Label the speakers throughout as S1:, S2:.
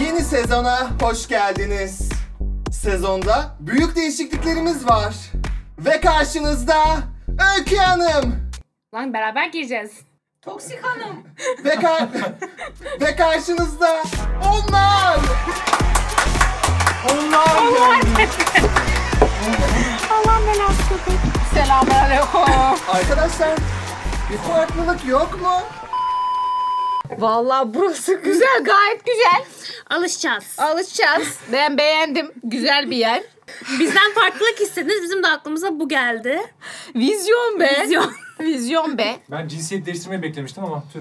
S1: Yeni sezona hoş geldiniz. Sezonda büyük değişikliklerimiz var. Ve karşınızda Öykü Hanım.
S2: Lan beraber gireceğiz.
S3: Toksik hanım.
S1: Ve, kar- ve karşınızda onlar. Onlar.
S2: Allah belası köpek. Selamünaleyküm.
S1: Arkadaşlar bir farklılık yok mu?
S3: Vallahi burası güzel, gayet güzel.
S2: Alışacağız.
S3: Alışacağız. Ben beğendim. Güzel bir yer.
S2: Bizden farklılık istediniz. Bizim de aklımıza bu geldi.
S3: Vizyon be.
S2: Vizyon.
S3: Vizyon be.
S4: Ben cinsiyet değiştirmeyi beklemiştim ama tüh.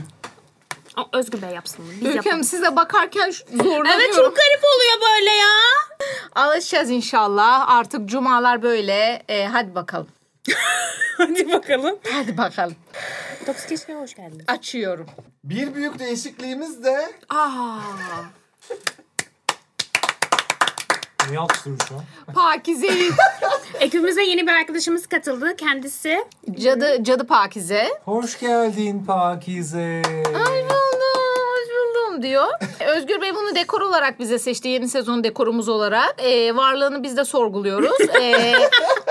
S2: Aa, Özgür Bey yapsın bunu. Biz yapalım.
S3: Ülkem size bakarken şu- zorlanıyorum.
S2: Evet çok garip oluyor böyle ya.
S3: Alışacağız inşallah. Artık cumalar böyle. Ee, hadi bakalım.
S2: Hadi bakalım.
S3: Hadi bakalım.
S2: Toksik ilişkiye hoş geldiniz.
S3: Açıyorum.
S1: Bir büyük değişikliğimiz de
S3: Aa,
S4: Niye alkışlıyoruz şu an?
S3: Pakize.
S2: Ekibimize yeni bir arkadaşımız katıldı. Kendisi
S3: cadı, cadı Pakize.
S4: Hoş geldin Pakize.
S3: Hoş buldum, hoş buldum diyor. E, Özgür Bey bunu dekor olarak bize seçti. Yeni sezon dekorumuz olarak. Ee, varlığını biz de sorguluyoruz. Ee,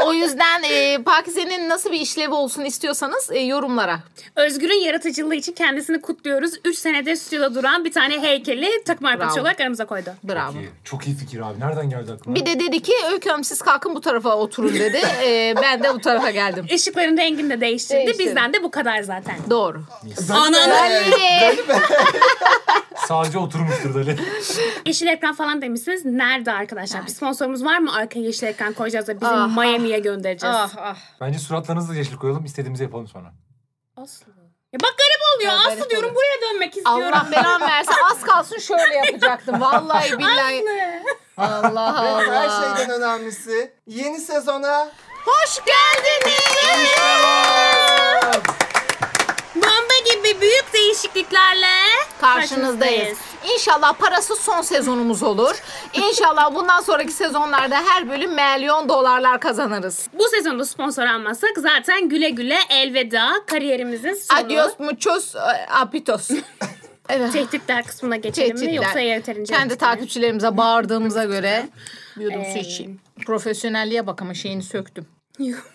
S3: o yüzden e, Pakize'nin nasıl bir işlevi olsun istiyorsanız e, yorumlara.
S2: Özgür'ün yaratıcılığı için kendisini kutluyoruz. 3 senede stüdyoda duran bir tane heykeli takım arkadaşı
S3: Bravo.
S2: olarak aramıza koydu.
S3: Bravo.
S4: Çok iyi, çok iyi fikir abi. Nereden geldi aklına?
S3: Bir de dedi ki Öyküm siz kalkın bu tarafa oturun dedi. Ee, ben de bu tarafa geldim.
S2: Işıkların rengini de değiştirdi.
S3: Değiştirdi.
S2: Bizden de bu kadar zaten.
S3: Doğru.
S2: Ananı.
S4: Sadece oturmuştur Dali.
S2: Yeşil ekran falan demişsiniz. Nerede arkadaşlar? Bir sponsorumuz var mı? Arkaya yeşil ekran koyacağız da bizi
S3: Ah,
S2: Miami'ye göndereceğiz.
S3: Ah ah.
S4: Bence suratlarınızı da yeşil koyalım. istediğimizi yapalım sonra.
S2: Aslı. Ya bak garip oluyor.
S3: Ya
S2: Aslı
S3: garip
S2: diyorum
S3: oluyor.
S2: buraya dönmek istiyorum.
S3: Allah belanı verse az kalsın şöyle yapacaktım. Vallahi billahi. Allah
S1: ve her
S3: Allah.
S1: şeyden önemlisi yeni sezona
S3: Hoş geldiniz.
S2: Bomba gibi büyük değişikliklerle
S3: Karşınızdayız. İnşallah parasız son sezonumuz olur. İnşallah bundan sonraki sezonlarda her bölüm milyon dolarlar kazanırız.
S2: Bu sezonda sponsor almazsak zaten güle güle elveda kariyerimizin sonu.
S3: Adios muchos eh, apitos. Evet.
S2: Tehditler kısmına geçelim
S3: Tehditler.
S2: mi yoksa yeterince
S3: Kendi
S2: yetti mi?
S3: takipçilerimize bağırdığımıza göre diyordum
S2: Ee,
S3: su içeyim. Profesyonelliğe bak ama şeyini söktüm.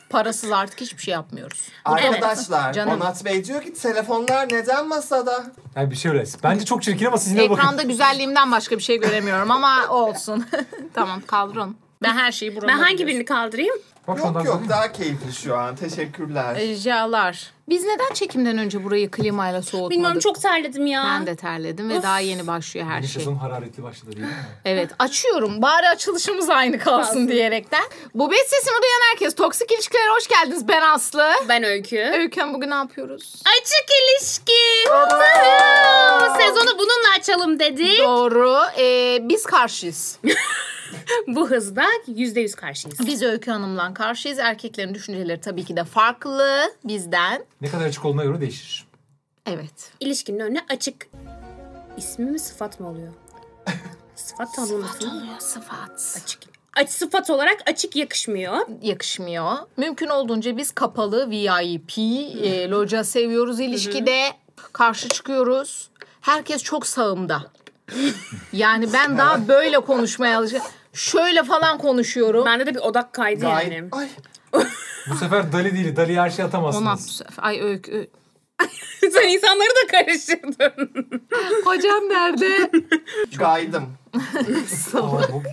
S3: Parasız artık hiçbir şey yapmıyoruz.
S1: arkadaşlar
S3: Canım.
S1: Onat Bey diyor ki telefonlar neden masada?
S4: Yani bir şey öyle. Bence çok çirkin ama siz yine bakın.
S3: Ekranda güzelliğimden başka bir şey göremiyorum ama olsun. tamam kaldır onu. Ben her şeyi buramda
S2: Ben hangi
S3: biliyorum.
S2: birini kaldırayım?
S4: Bak şu
S1: Yok
S4: anda-
S1: yok daha keyifli şu an. Teşekkürler.
S3: Ricalar. Biz neden çekimden önce burayı klimayla soğutmadık?
S2: Bilmiyorum çok terledim ya.
S3: Ben de terledim ve daha yeni başlıyor her
S4: Yeni
S3: şey.
S4: sezon hararetli başladı değil mi?
S3: Evet açıyorum bari açılışımız aynı kalsın,
S2: Kalsın.
S3: diyerekten. Bu beş sesimi duyan herkes. Toksik ilişkilere hoş geldiniz. Ben Aslı.
S2: Ben Öykü.
S3: Öyküm bugün ne yapıyoruz?
S2: Açık ilişki. Woohoo! Sezonu bununla açalım dedik.
S3: Doğru. ee, biz karşıyız.
S2: Bu hızda %100 karşıyız.
S3: Biz Öykü Hanım'la karşıyız. Erkeklerin düşünceleri tabii ki de farklı bizden.
S4: Ne kadar açık olduğuna göre değişir.
S3: Evet.
S2: İlişkinin önüne açık. İsmi mi sıfat mı oluyor? sıfat tanımlaması mı?
S3: Sıfat.
S2: Açık. Aç sıfat olarak açık yakışmıyor.
S3: Yakışmıyor. Mümkün olduğunca biz kapalı, VIP, e, loca seviyoruz ilişkide. Karşı çıkıyoruz. Herkes çok sağımda. yani ben daha böyle konuşmaya alışıyorum. Şöyle falan konuşuyorum.
S2: Bende de bir odak kaydı
S1: Ay,
S2: yani.
S1: ay
S4: Bu sefer Dali değil. Dali'ye her şey
S3: Ondan
S4: atamazsınız.
S3: sonra- Ay öykü. Öykü.
S2: Sen insanları da karıştırdın.
S3: Hocam nerede?
S1: gaydım.
S4: Ama bu-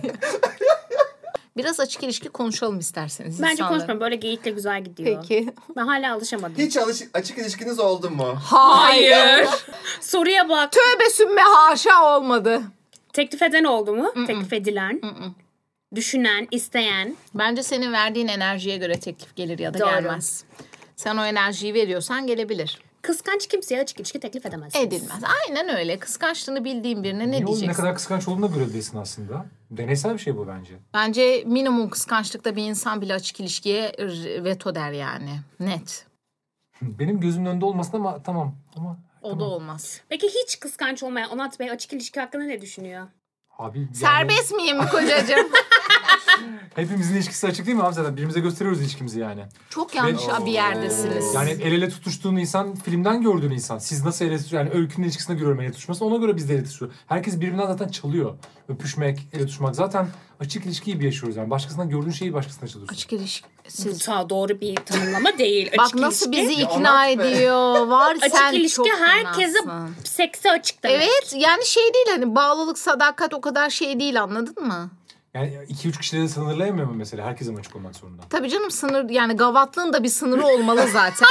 S3: Biraz açık ilişki konuşalım isterseniz.
S2: Bence
S3: insanlara.
S2: konuşma böyle geyikle güzel gidiyor.
S3: Peki.
S2: Ben hala alışamadım.
S1: Hiç alış- açık ilişkiniz oldu mu?
S3: Hayır.
S2: Soruya bak.
S3: Tövbe sümme haşa olmadı.
S2: Teklif eden oldu mu? Teklif edilen. Düşünen, isteyen.
S3: Bence senin verdiğin enerjiye göre teklif gelir ya da
S2: Doğru.
S3: gelmez. Sen o enerjiyi veriyorsan gelebilir.
S2: Kıskanç kimseye açık ilişki teklif edemez.
S3: Edilmez. Aynen öyle. Kıskançlığını bildiğin birine ne
S4: Niye oğlum,
S3: diyeceksin?
S4: ne kadar kıskanç olduğunu da görebilirsin aslında. Deneysel bir şey bu bence.
S3: Bence minimum kıskançlıkta bir insan bile açık ilişkiye r- veto der yani. Net.
S4: Benim gözümün önünde olmasın ama tamam. Ama
S3: O da olmaz.
S2: Peki hiç kıskanç olmayan Onat Bey açık ilişki hakkında ne düşünüyor?
S4: abi yani-
S3: Serbest miyim kocacığım?
S4: Hepimizin ilişkisi açık değil mi abi zaten? Birbirimize gösteriyoruz ilişkimizi yani.
S3: Çok yanlış
S4: Ve-
S3: bir yerdesiniz.
S4: Yani el ele tutuştuğun insan filmden gördüğün insan. Siz nasıl ele tutuşuyorsunuz? Yani öykünün ilişkisinde görüyorum ele tutuşması. Ona göre biz de ele tutuşuyoruz. Herkes birbirinden zaten çalıyor. Öpüşmek, ele tutuşmak. Zaten açık ilişkiyi bir yaşıyoruz yani. Başkasından gördüğün şeyi başkasına çalıyorsun.
S3: Açık ilişki.
S5: Bu
S3: Siz.
S5: ta doğru bir tanımlama değil.
S3: Bak
S5: Açık
S3: nasıl
S5: ilişki-
S3: bizi
S1: Ya
S3: ikna
S1: Onat Bey.
S3: ediyor. Var
S5: Açık
S3: sen
S5: ilişki
S3: çok
S5: herkese
S3: fenasın.
S5: seksi açık demek.
S3: Evet yani şey değil hani bağlılık sadakat o kadar şey değil anladın mı?
S4: Yani iki üç kişiyle de sınırlayamıyor mu mesela? Herkesin açık olmak zorunda.
S3: Tabii canım sınır yani gavatlığın da bir sınırı olmalı zaten.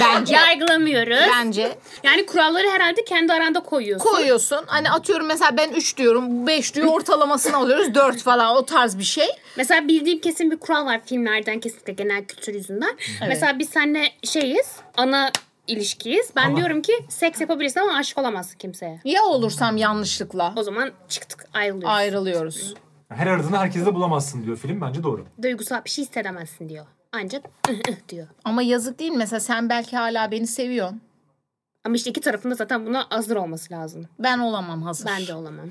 S3: Bence.
S5: Yargılamıyoruz.
S3: Bence
S5: Yani kuralları herhalde kendi aranda koyuyorsun.
S3: koyuyorsun. Hani atıyorum mesela ben 3 diyorum, 5 diyor ortalamasını alıyoruz 4 falan o tarz bir şey.
S2: Mesela bildiğim kesin bir kural var filmlerden kesinlikle genel kültür yüzünden. Mesela biz seninle şeyiz, ana ilişkiyiz. Ben
S4: Ama-
S2: diyorum ki seks yapabilirsin ama aşık olamazsın kimseye.
S3: Ya olursam yanlışlıkla
S2: O zaman çıktık ayrılıyoruz.
S3: ayrılıyoruz.
S4: Her aradığını herkese de bulamazsın diyor film. Bence doğru.
S2: Duygusal bir şey hissedemezsin diyor. Ancak ıh ıh diyor.
S3: Ama yazık değil mi? Mesela sen belki hala beni seviyorsun.
S2: Ama işte iki tarafında zaten buna hazır olması lazım.
S3: Ben olamam hazır.
S2: Ben de olamam.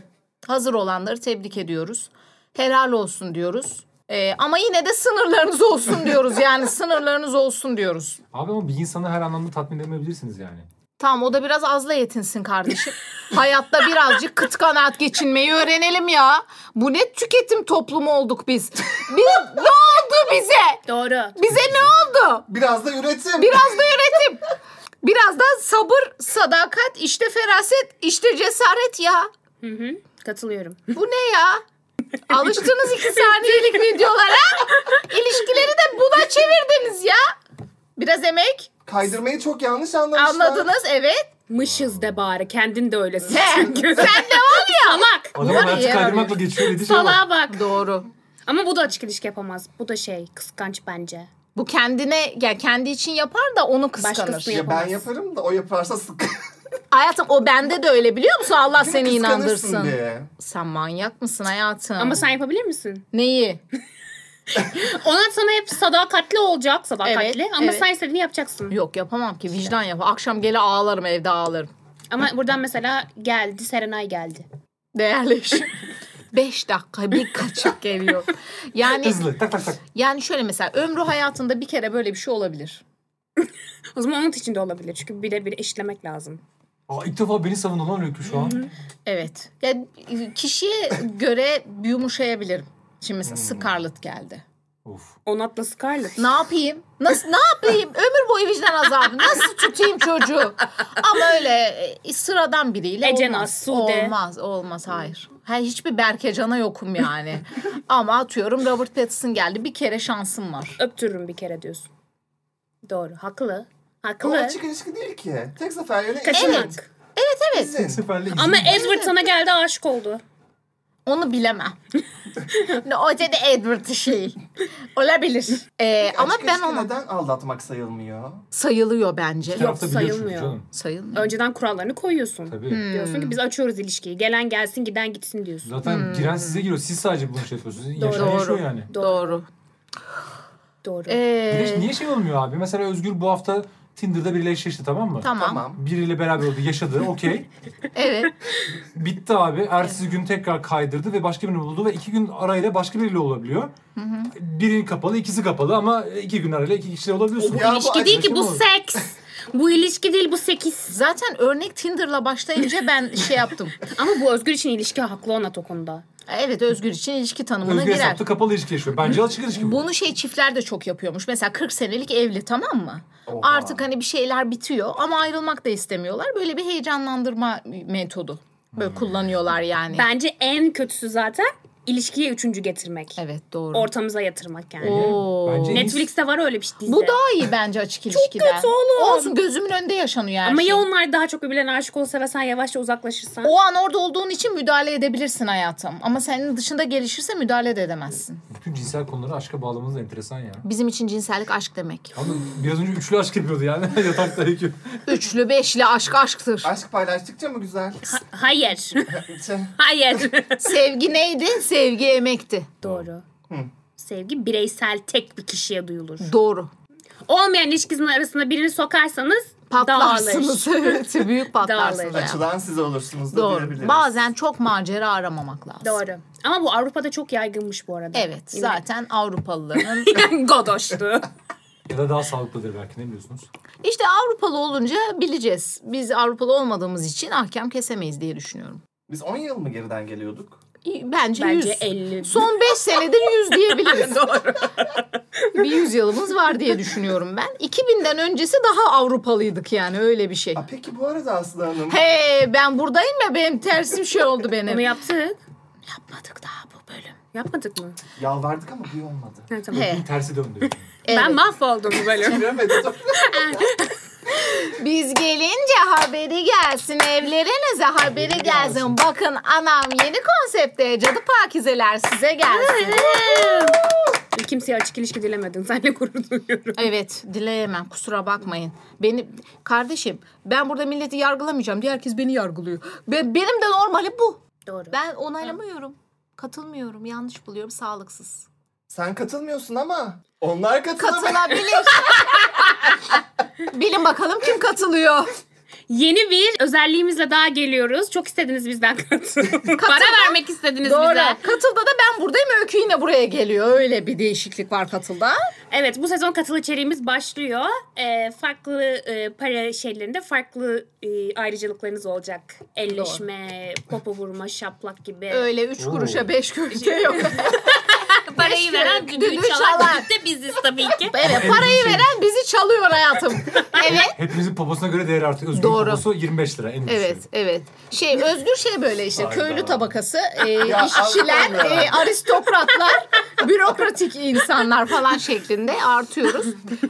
S3: Hazır olanları tebrik ediyoruz. Helal olsun diyoruz. Ee, ama yine de sınırlarınız olsun diyoruz. Yani sınırlarınız olsun diyoruz.
S4: Abi ama bir insanı her anlamda tatmin edemeyebilirsiniz yani.
S3: Tamam o da biraz azla yetinsin kardeşim. Hayatta birazcık kıt kanaat geçinmeyi öğrenelim ya. Bu ne tüketim toplumu olduk biz. Biz ne oldu bize?
S2: Doğru.
S3: Bize ne oldu?
S1: Biraz da üretim.
S3: Biraz da üretim. Biraz da sabır, sadakat, işte feraset, işte cesaret ya.
S2: Katılıyorum.
S3: Bu ne ya? Alıştınız iki saniyelik videolara. İlişkileri de buna çevirdiniz ya. Biraz emek.
S1: Kaydırmayı çok yanlış anlamışlar.
S3: Anladınız evet.
S2: Mışız de bari. Kendin de öylesin.
S3: Sen, sen devam ya.
S2: Salak.
S4: Adamı
S3: Bunlar
S4: artık
S3: yer
S4: kaydırmakla geçiyor dediği şey var.
S2: Salağa bak.
S3: Doğru.
S2: Ama bu da açık ilişki yapamaz. Bu da şey kıskanç bence.
S3: Bu kendine yani kendi için yapar da onu kıskanır.
S2: Başkasını
S1: Ya ben
S2: Yapamaz.
S1: yaparım da o yaparsa sık.
S3: Hayatım o bende de öyle biliyor musun? Allah seni
S1: Kıskanırsın
S3: inandırsın.
S1: diye.
S3: Sen manyak mısın hayatım?
S2: Ama sen yapabilir misin?
S3: neyi?
S2: Ona sana hep sadakatli olacak sadakatli
S3: Evet,
S2: ama
S3: evet.
S2: sen istediğini yapacaksın.
S3: Yok yapamam ki vicdan yap. Akşam gele ağlarım evde ağlarım.
S2: Ama buradan mesela geldi Serenay geldi.
S3: Değerli eşim. Beş dakika bir kaçıp geliyor. Yani
S4: Hızlı tak tak tak.
S3: yani şöyle mesela ömrü hayatında bir kere böyle bir şey olabilir.
S2: O zaman onun için de olabilir çünkü bire bir eşitlemek lazım.
S4: Aa, ilk defa beni savundu lan Öykü şu an.
S3: Evet. Yani kişiye göre yumuşayabilirim. Şimdi mesela Scarlett geldi.
S4: of.
S2: Onatla Scarlett.
S3: Ne yapayım? Nasıl ne yapayım? Ömür boyu vicdan azabı. Nasıl tutayım çocuğu? Ama öyle e, sıradan biriyle
S2: Ece
S3: olmaz.
S2: Naz, Sude.
S3: Olmaz, olmaz. Hayır. Her hiçbir Berkecan'a yokum yani. Ama atıyorum Robert Pattinson geldi. Bir kere şansım var.
S2: Öptürürüm bir kere diyorsun. Doğru. Haklı.
S1: O
S2: Haklı.
S1: açık ilişki değil ki. Tek seferliğine
S2: Kaçamak.
S3: Evet. Evet evet.
S1: izin.
S4: Seferle izin.
S2: Ama Edward sana geldi aşık oldu.
S3: Onu bilemem. Ne, o dedi Edward şey. Olabilir. Ee, ama
S1: Açık
S3: ben
S1: ilişki
S3: ona
S1: neden aldatmak sayılmıyor?
S3: sayılıyor bence.
S4: Bir tarafta biliyor çünkü
S2: sayılmıyor.
S4: Canım.
S3: Sayılmıyor.
S2: Önceden kurallarını koyuyorsun.
S4: Tabii.
S3: Hmm.
S2: Diyorsun ki biz açıyoruz ilişkiyi. Gelen gelsin giden gitsin diyorsun.
S4: Zaten giren size giriyor. Siz sadece bunu şey yapıyorsunuz. Yaşayan
S3: Doğru.
S4: yaşıyor yani.
S3: Doğru.
S2: Doğru.
S4: Bir
S3: Ee,
S4: de niye şey olmuyor abi? Mesela Özgür bu hafta Tinder'da biriyle eşleşti tamam mı?
S3: tamam.
S1: Tamam.
S4: Biriyle beraber oldu, yaşadı, okey.
S3: Evet.
S4: Bitti abi. Ertesi gün tekrar kaydırdı ve başka birini buldu ve iki gün arayla başka biriyle olabiliyor. Biri kapalı, ikisi kapalı ama iki gün arayla iki kişiyle olabiliyorsun.
S1: Ya bu
S2: ilişki değil ki bu
S4: açık-
S2: seks. bu ilişki değil bu sekiz.
S3: Zaten örnek Tinder'la başlayınca ben şey yaptım.
S2: Ama bu Özgür için ilişki haklı Onat o konuda.
S3: Evet Özgür için ilişki tanımına
S4: Özgür
S3: girer.
S4: hesapta kapalı ilişki yaşıyor. Bence açık ilişki bu.
S3: Bunu şey çiftler de çok yapıyormuş. Mesela 40 senelik evli tamam mı?
S1: Oha.
S3: Artık hani bir şeyler bitiyor ama ayrılmak da istemiyorlar. Böyle bir heyecanlandırma metodu. Böyle kullanıyorlar yani.
S2: Bence en kötüsü zaten ilişkiye üçüncü getirmek.
S3: Evet doğru.
S2: Ortamıza yatırmak yani.
S3: Oo.
S4: Bence en iyisi-
S2: Netflix'te var öyle bir şey dizi.
S3: Bu daha iyi bence açık ilişkiden.
S2: kötü oğlum.
S3: Olsun gözümün önünde yaşanıyor her
S2: Ama
S3: şey.
S2: ya onlar daha çok birbirlerine aşık olsa ve sen yavaşça uzaklaşırsan?
S3: O an orada olduğun için müdahale edebilirsin hayatım. Ama senin dışında gelişirse müdahale de edemezsin.
S4: Bütün cinsel konuları aşka bağlamanız da enteresan ya.
S3: Bizim için cinsellik aşk demek.
S4: Abi biraz önce üçlü aşk yapıyordu yani yatakta iki.
S3: Üçlü beşli aşk aşktır.
S1: Aşk paylaştıkça mı güzel?
S2: Hayır.
S1: Şey,
S2: Hayır.
S3: Sevgi neydi? Sevgi emekti.
S2: Doğru. Sevgi bireysel tek bir kişiye duyulur.
S3: Doğru.
S2: Olmayan ilişkisinin arasında birini sokarsanız
S3: Patlarsınız. Evet, büyük patlarsınız.
S2: Dağılır.
S3: yani.
S1: Açılan siz olursunuz da
S3: Doğru.
S1: diyebiliriz.
S3: Bazen çok macera aramamak lazım.
S2: Doğru. Ama bu Avrupa'da çok yaygınmış bu arada.
S3: Evet. Zaten Avrupalıların
S2: Godoştu.
S4: Ya da daha sağlıklıdır belki ne biliyorsunuz?
S3: İşte Avrupalı olunca bileceğiz. Biz Avrupalı olmadığımız için ahkam kesemeyiz diye düşünüyorum.
S1: Biz 10 yıl mı geriden geliyorduk?
S3: İyi, Bence,
S2: Bence
S3: 100.
S2: 50.
S3: Son 5 senedir 100 diyebiliriz. Doğru. bir 100 yılımız var diye düşünüyorum ben. 2000'den öncesi daha Avrupalıydık yani öyle bir şey.
S1: Ha, peki bu arada Aslı Hanım.
S3: Hey ben buradayım ya benim tersim şey oldu benim.
S2: Onu yaptık.
S3: yapmadık daha bu bölüm.
S2: Yapmadık mı?
S1: Yalvardık ama bu olmadı.
S2: Ha, tamam.
S3: He.
S4: Bir tersi döndü.
S2: Ben mahvoldum bu bölüm.
S1: Bilemedi.
S3: Biz gelince haberi gelsin evlerinize haberi gelsin. Bakın anam yeni konsepte cadı pakizeler size gelsin.
S2: Kimseye açık ilişki dilemedin. Senle gurur duyuyorum.
S3: Evet dileyemem kusura bakmayın. Beni kardeşim ben burada milleti yargılamayacağım diye herkes beni yargılıyor. Ve benim de normali bu.
S2: Doğru.
S3: Ben onaylamıyorum. Katılmıyorum. Yanlış buluyorum. Sağlıksız.
S1: Sen katılmıyorsun ama onlar katılamıyor.
S3: Katılabilir. Bilin bakalım kim katılıyor.
S2: Yeni bir özelliğimizle daha geliyoruz. Çok istediniz bizden katıl. Para vermek istediniz bize.
S3: Katılda da ben buradayım. Öykü yine buraya geliyor. Öyle bir değişiklik var katılda.
S2: Evet bu sezon katıl içeriğimiz başlıyor. Ee, farklı e, para şeylerinde farklı e, ayrıcalıklarınız olacak. Elleşme, popo vurma, şaplak gibi.
S3: Öyle üç
S4: Oo.
S3: kuruşa beş kuruşa yok.
S2: Parayı veren düdüğü
S3: Düdüğü çalan.
S2: çalan düdük de biziz tabii ki.
S3: Evet parayı veren bizi çalıyor hayatım. Evet.
S4: Hepimizin poposuna göre değeri artıyor. Özgür
S3: Doğru.
S4: poposu 25 lira en düşüğü.
S3: Evet, evet. Şey özgür şey böyle işte
S4: Hayda.
S3: köylü tabakası, e,
S1: Ya,
S3: işçiler,
S1: aslında.
S3: e, aristokratlar, bürokratik insanlar falan şeklinde artıyoruz.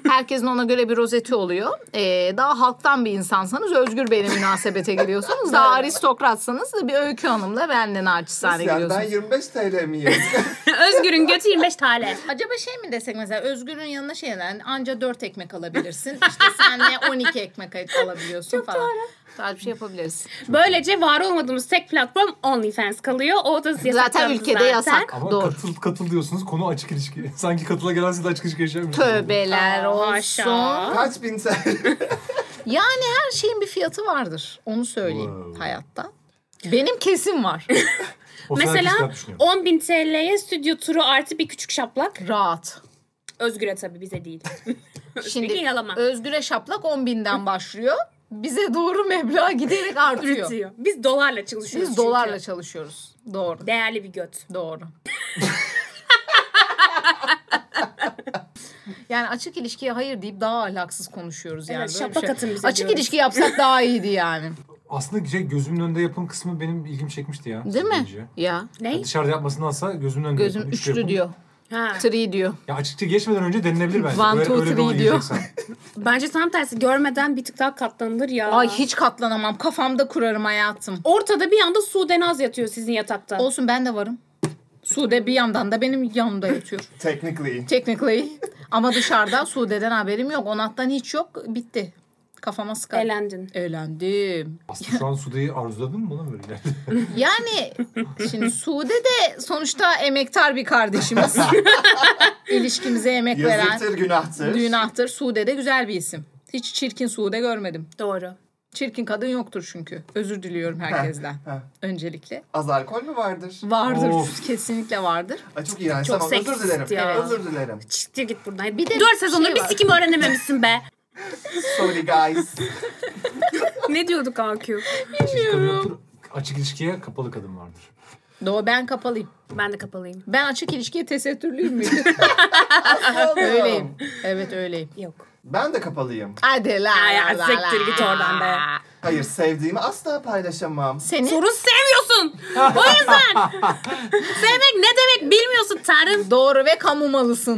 S3: Herkesin ona göre bir rozeti oluyor. E, daha halktan bir insansanız özgür beyle münasebete giriyorsunuz. Daha aristokratsanız da bir öykü hanımla benden naçizane
S1: Yani ben
S3: giriyorsunuz.
S1: 25 TL miyim?
S2: Özgür'ün götü 25 tane.
S3: Acaba şey mi desek mesela Özgür'ün yanına şey yani anca 4 ekmek alabilirsin. İşte senle 12 ekmek alabiliyorsun falan. Doğru. Daha bir şey yapabiliriz.
S2: Böylece var olmadığımız tek platform OnlyFans kalıyor. O da
S3: Zaten
S2: yasaklandı
S3: ülkede
S2: zaten.
S3: yasak.
S4: Ama
S3: Doğru.
S4: katıl katıl diyorsunuz konu açık ilişki. Sanki katıla gelen siz de açık ilişki şey. yaşamışsınız.
S3: Tövbeler
S2: Aa,
S3: olsun.
S2: haşa.
S1: Kaç bin TL?
S3: Yani her şeyin bir fiyatı vardır. Onu söyleyeyim
S4: Wow.
S3: hayatta. Benim kesin var.
S4: O sefer herkes
S2: Mesela
S4: kitap düşünüyor.
S2: 10.000 TL'ye stüdyo turu artı bir küçük şaplak.
S3: Rahat.
S2: Özgür'e tabii bize değil.
S3: Şimdi
S2: Peki, yalama.
S3: Özgür'e şaplak 10 binden başlıyor. Bize doğru meblağ giderek artıyor.
S2: Üretiyor. Biz dolarla çalışıyoruz
S3: Biz
S2: çünkü.
S3: dolarla çalışıyoruz. Doğru.
S2: Değerli bir göt.
S3: Doğru. yani açık ilişkiye hayır deyip daha ahlaksız konuşuyoruz yani.
S2: Evet,
S3: Böyle bir
S2: şaplak
S3: şey.
S2: atın bize
S3: Açık
S2: diyoruz.
S3: ilişki yapsak daha iyiydi yani.
S4: Aslında şey, gözümün önünde yapım kısmı benim ilgimi çekmişti ya.
S3: Değil mi?
S4: Sadece.
S3: Ya.
S2: Ne?
S4: Yani dışarıda yapmasındansa gözümün önünde
S3: Gözüm
S4: yapın,
S3: üçlü
S4: yapın.
S3: diyor.
S2: Ha.
S3: Three diyor.
S4: Ya açıkça geçmeden önce denilebilir bence.
S3: One,
S4: Öyle-
S3: two,
S4: öyle bir
S3: three
S4: olay
S3: diyor.
S4: yiyeceksen.
S2: Bence tam tersi. Görmeden bir tık daha katlanılır ya.
S3: Ay hiç katlanamam. Kafamda kurarım hayatım.
S2: Ortada bir anda Sudenaz yatıyor sizin yatakta.
S3: Olsun ben de varım. Sude bir yandan da benim yanımda yatıyor.
S1: Technically.
S3: Technically. Ama dışarıda Sude'den haberim yok. Onattan hiç yok. Bitti. Kafama sıkar.
S2: Eğlendin.
S3: Eğlendim.
S4: Aslında şu an Sude'yi arzuladın mı bana böyle geldi.
S3: Yani şimdi Sude de sonuçta emektar bir kardeşimiz. İlişkimize emek veren.
S1: Yazıktır, günahtır.
S3: Günahtır. Sude de güzel bir isim. Hiç çirkin Sude görmedim.
S2: Doğru.
S3: Çirkin kadın yoktur çünkü. Özür diliyorum herkesten.
S1: ha.
S3: Öncelikle.
S1: Az alkol mü vardır?
S3: Vardır.
S4: Of.
S3: Kesinlikle vardır.
S1: Ay çok iğrenç.
S2: Çok
S1: tamam özür
S2: seksist
S1: dilerim.
S2: ya.
S1: Özür dilerim.
S2: Çıktı git buradan. Bir
S3: de
S2: de
S3: bir
S2: 4 sezondur
S3: şey
S2: bir
S3: var.
S2: sikim öğrenememişsin be.
S1: Sorry guys.
S2: ne diyorduk AQ?
S4: Bilmiyorum. açık ilişkiye kapalı kadın vardır.
S3: Doğru ben kapalıyım.
S2: Ben de kapalıyım.
S3: Ben açık ilişkiye tesettürlüyüm müydüm? öyleyim. Evet öyleyim.
S2: Yok.
S1: Ben de kapalıyım.
S3: Hadi la
S2: Ay,
S3: la la
S2: siktir git
S3: la.
S2: oradan be.
S1: Hayır sevdiğimi asla paylaşamam.
S3: Seni
S2: Sorun sevmiyorsun. o yüzden. Sevmek ne demek bilmiyorsun Tanrım.
S3: doğru ve kamu malısın.